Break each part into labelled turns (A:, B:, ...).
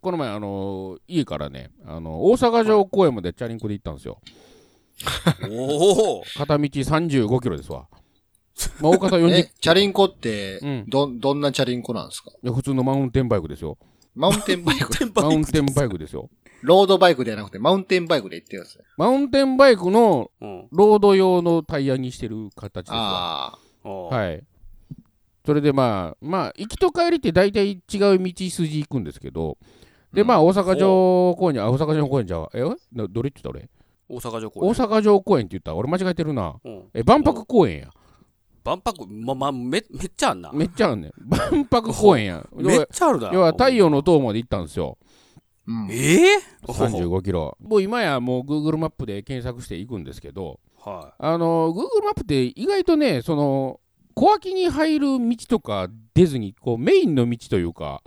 A: この前、あの家からね、あの大阪城公園までチャリンコで行ったんですよ。
B: おお
A: 片道35キロですわ。まあ、大方40、い
C: え、チャリンコって
A: うん、
C: ど、どんなチャリンコなんですか
A: や普通のマウンテンバイクですよ。
C: マウンテンバイク
B: テンパ
A: マウンテンバイクですよ。
C: ロードバイクではなくて、マウンテンバイクで行ってるんですね。
A: マウンテンバイクの
B: うん。
A: ロード用のタイヤにしてる形ですわ。
C: あ
B: おー
A: はい。それでまあ、まあ、行きと帰りって大体違う道筋行くんですけど、で、まあ、大阪城公園に、あ、大阪城公園じゃうわえ、などれって言った俺
B: 大阪城公
A: 大
B: 園。
A: 阪城公園って言った俺間違えてるな。
B: うん。
A: え、万博公園や。
B: 万博、ま、ま、め、めっちゃあんな。
A: めっちゃあんねん。万博公園や。
B: めっ
A: 要
B: ちゃあるだ
A: は要は太陽の塔まで行ったんですよ。
C: あ。うん。
B: ええ
A: 35キロ。もう今やもう Google マップで検索して行くんですけど、
B: は
A: あの、Google マップって意外とね、その、小脇に入る道とか出ずに、こう、メインの道というか、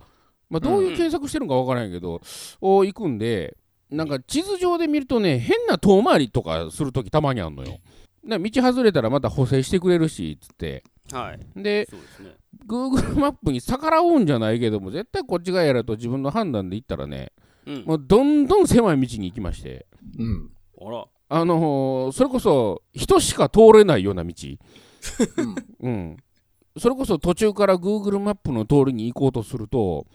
A: まあ、どういう検索してるのかわからないけど、を行くんで、なんか地図上で見るとね、変な遠回りとかするときたまにあんのよ。な道外れたらまた補正してくれるし、つって。
B: い。はい。
A: で、
B: そうですね。
A: Google マップに逆らうんじゃないけども、絶対こっちがやると自分の判断で行ったらね、
B: うん。
A: もうどんどん狭い道に行きまして、
C: うん。
B: あら。
A: あのーそれこそ人しか通れないような道。
C: うん
A: うん、それこそ途中から Google マップの通りに行こうとすると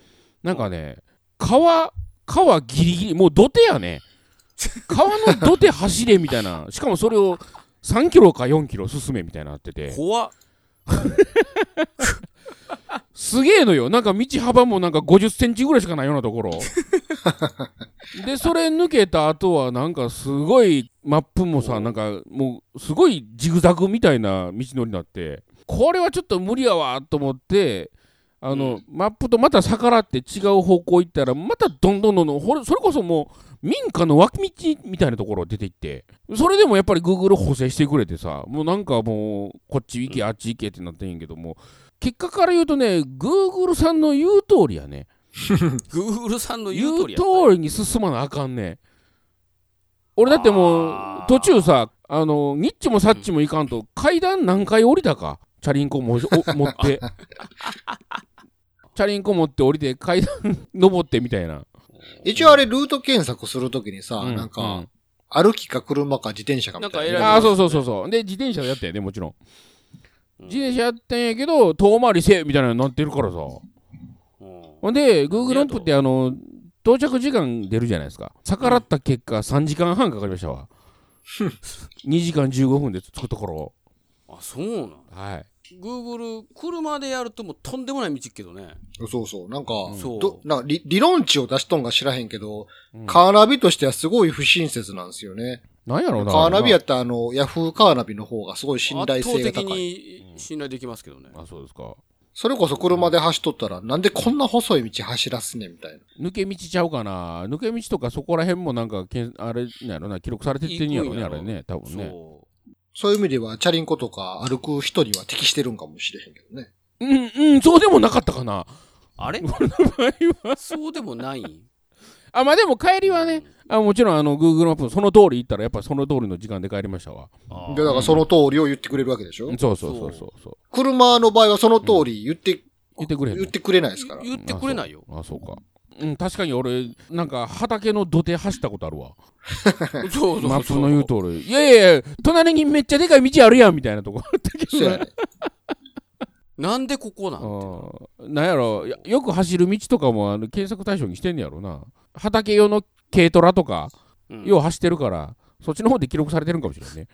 A: なんかね川川ギリギリもう土手やね川の土手走れみたいなしかもそれを3キロか4キロ進めみたいになってて
B: 怖っ。
A: すげえのよなんか道幅もなんか50センチぐらいしかないようなところでそれ抜けた後はなんかすごいマップもさなんかもうすごいジグザグみたいな道のりになってこれはちょっと無理やわと思ってあの、マップとまた逆らって違う方向行ったらまたどんどんどんどんほれそれこそもう民家の脇道みたいなところ出て行ってそれでもやっぱり Google 補正してくれてさもうなんかもうこっち行けあっち行けってなってんやけども結果から言うとね Google さんの言う通りやね
B: グーグルさんの言
A: 言
B: う
A: う
B: 通りや。
A: 通りに進まなあかんね俺だってもう
B: あー
A: 途中さあのニッチもサッチもいかんと階段何回降りたかチャリンコもお 持ってチャリンコ持って降りて階段登ってみたいな
C: 一応あれ、ルート検索するときにさ、
A: うん
C: なん
A: う
C: か
A: ん、
C: 歩きか車か自転車かみた
B: な
C: い
B: ん
C: な。
B: か
A: ああそうそうそうそうで自転車でやったよねもちろん
B: うん
A: 自転車やったんやけど遠回りせえみたいなのになってるからさ
B: うん
A: ほんで Google マップってあの到着時間出るじゃないですか逆らった結果3時間半かかりました わ2時間15分で着くところ
B: あ、そうなん。
A: はい
B: グーグル、車でやるともうとんでもない道っけどね。
C: そうそう。なんか、
B: そう
C: どなんか理理論値を出しとんか知らへんけど、
A: うん
C: カーナビとしてはすごい不親切なんですよね。
A: なんやろうな
C: カーナビやったらあの、ヤフーカーナビの方がすごい信頼性が
B: 圧倒的
C: 高い。
B: に信頼できますけどね。
A: あそうですか
C: それこそ車で走っとったら、なんでこんな細い道走らすねんみたいな。
A: 抜け道ちゃうかな抜け道とかそこら辺もなんかけんあれなんやろな記録されてってんや
B: 行
A: ろ
B: くん
A: ね
B: や
A: あ
B: ろ
A: れね多分ね
B: そ
C: そういう意味では、チャリンコとか歩く人には適してるんかもしれへんけどね。
A: うんうんそうでもなかったかな
B: う。あれそうでもない。
A: あまあでも帰りはねあもちろんあの Google マップその通り行ったらやっぱその通りの時間で帰りましたわ
B: あー
C: で、だからその通りを言ってくれるわけでしょ、
A: そうそうそうそうそう
C: 車の場合はその通り言って、
A: 言ってくれへんの
C: 言ってくれないですから。
B: 言ってくれないよ。
A: あそうかうん確かに俺なんか畑の土手走ったことあるわ
B: そう そうそう。
A: マップの言う通りいやいやいや隣にめっちゃでかい道あるやんみたいなと こ
C: そうやね。
B: なんでここなん
A: うんなんやろやよく走る道とかもあの検索対象にしてんねやろな畑用の軽トラとか、
B: うん
A: よう走ってるからそっちの方で記録されてるんかもしれん ね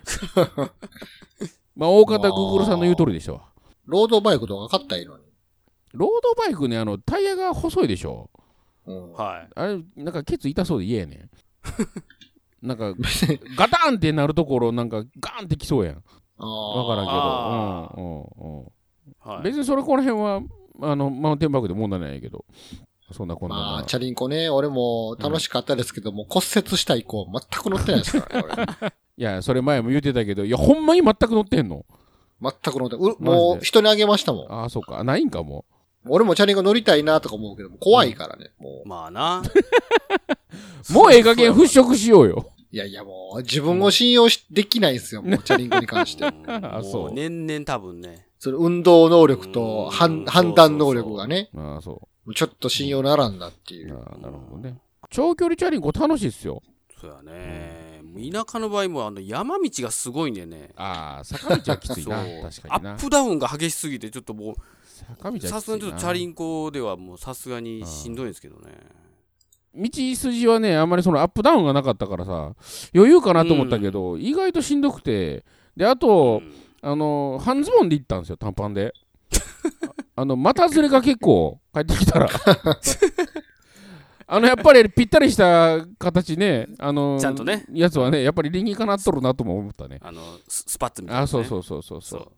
A: まあ大方
C: まあ
A: Google さんの言う通りでしたわ
C: ロードバイクとか買ったらいいのに。
A: ロードバイクねあのタイヤが細いでしょ
C: うん。
B: はい。
A: あれなんかケツ痛そうで嫌やねんなんかガタンってなるところなんかガーンってきそうやんわからん
C: あ
B: あ
A: け
C: あ。
B: ー
A: ど、うんうんうん
B: はい。
A: 別にそれこの辺はあのマウンテンバイクで問題ないんやけどそんなこんな
C: まあ、
A: な
C: チャリンコね、俺も楽しかったですけども、骨折した以降、全く乗ってないですからね、
A: いやそれ前も言ってたけどいやほんまに全く乗ってんの
C: 俺。全く乗ってないう、
A: で
C: もう人にあげましたもん。
A: ああそうかないんかも
C: 俺もチャリンコ乗りたいなとか思うけども、怖いからね、もう。
B: まあな。
A: もうええ加減払拭しようよ
C: いやいや、もう、自分を信用し、できないんですよ、もう、チャリンコに関して。
B: うん
A: あそう
B: もう年々多分ね。
C: その運動能力と
B: うん
C: 判判断能力がね。
A: ああそ
C: もうちょっと信用ならんなってい
A: あ
C: う。
A: ーなるほどね。長距離チャリンコ楽しいっすよ。
B: そうやね。もう田舎の場合も、あの、山道がすごいんでね。
A: ああ、坂道はきついな。確か
B: アッ
A: にな。
B: プダウンが激しすぎて、ちょっとも
A: 坂道
B: う、
A: はきついな。
B: さすがにちょっとチャリンコではもうさすがにしんどいんですけどね。
A: 道筋はね、あんまりそのアップダウンがなかったからさ、余裕かなと思ったけど、意外としんどくて、で、あと、あの、半ズボンで行ったんですよ、短パンで。 ああの、股ずれが結構、帰ってきたら。 あの、やっぱりぴったりした形ね、あの、
B: ちゃんとね
A: やつはね、やっぱり理にかなっとるなとも思ったね。
B: あの、ススパッツみたいな、ね。
A: あ、そうそうそうそう。
B: そ。
A: そう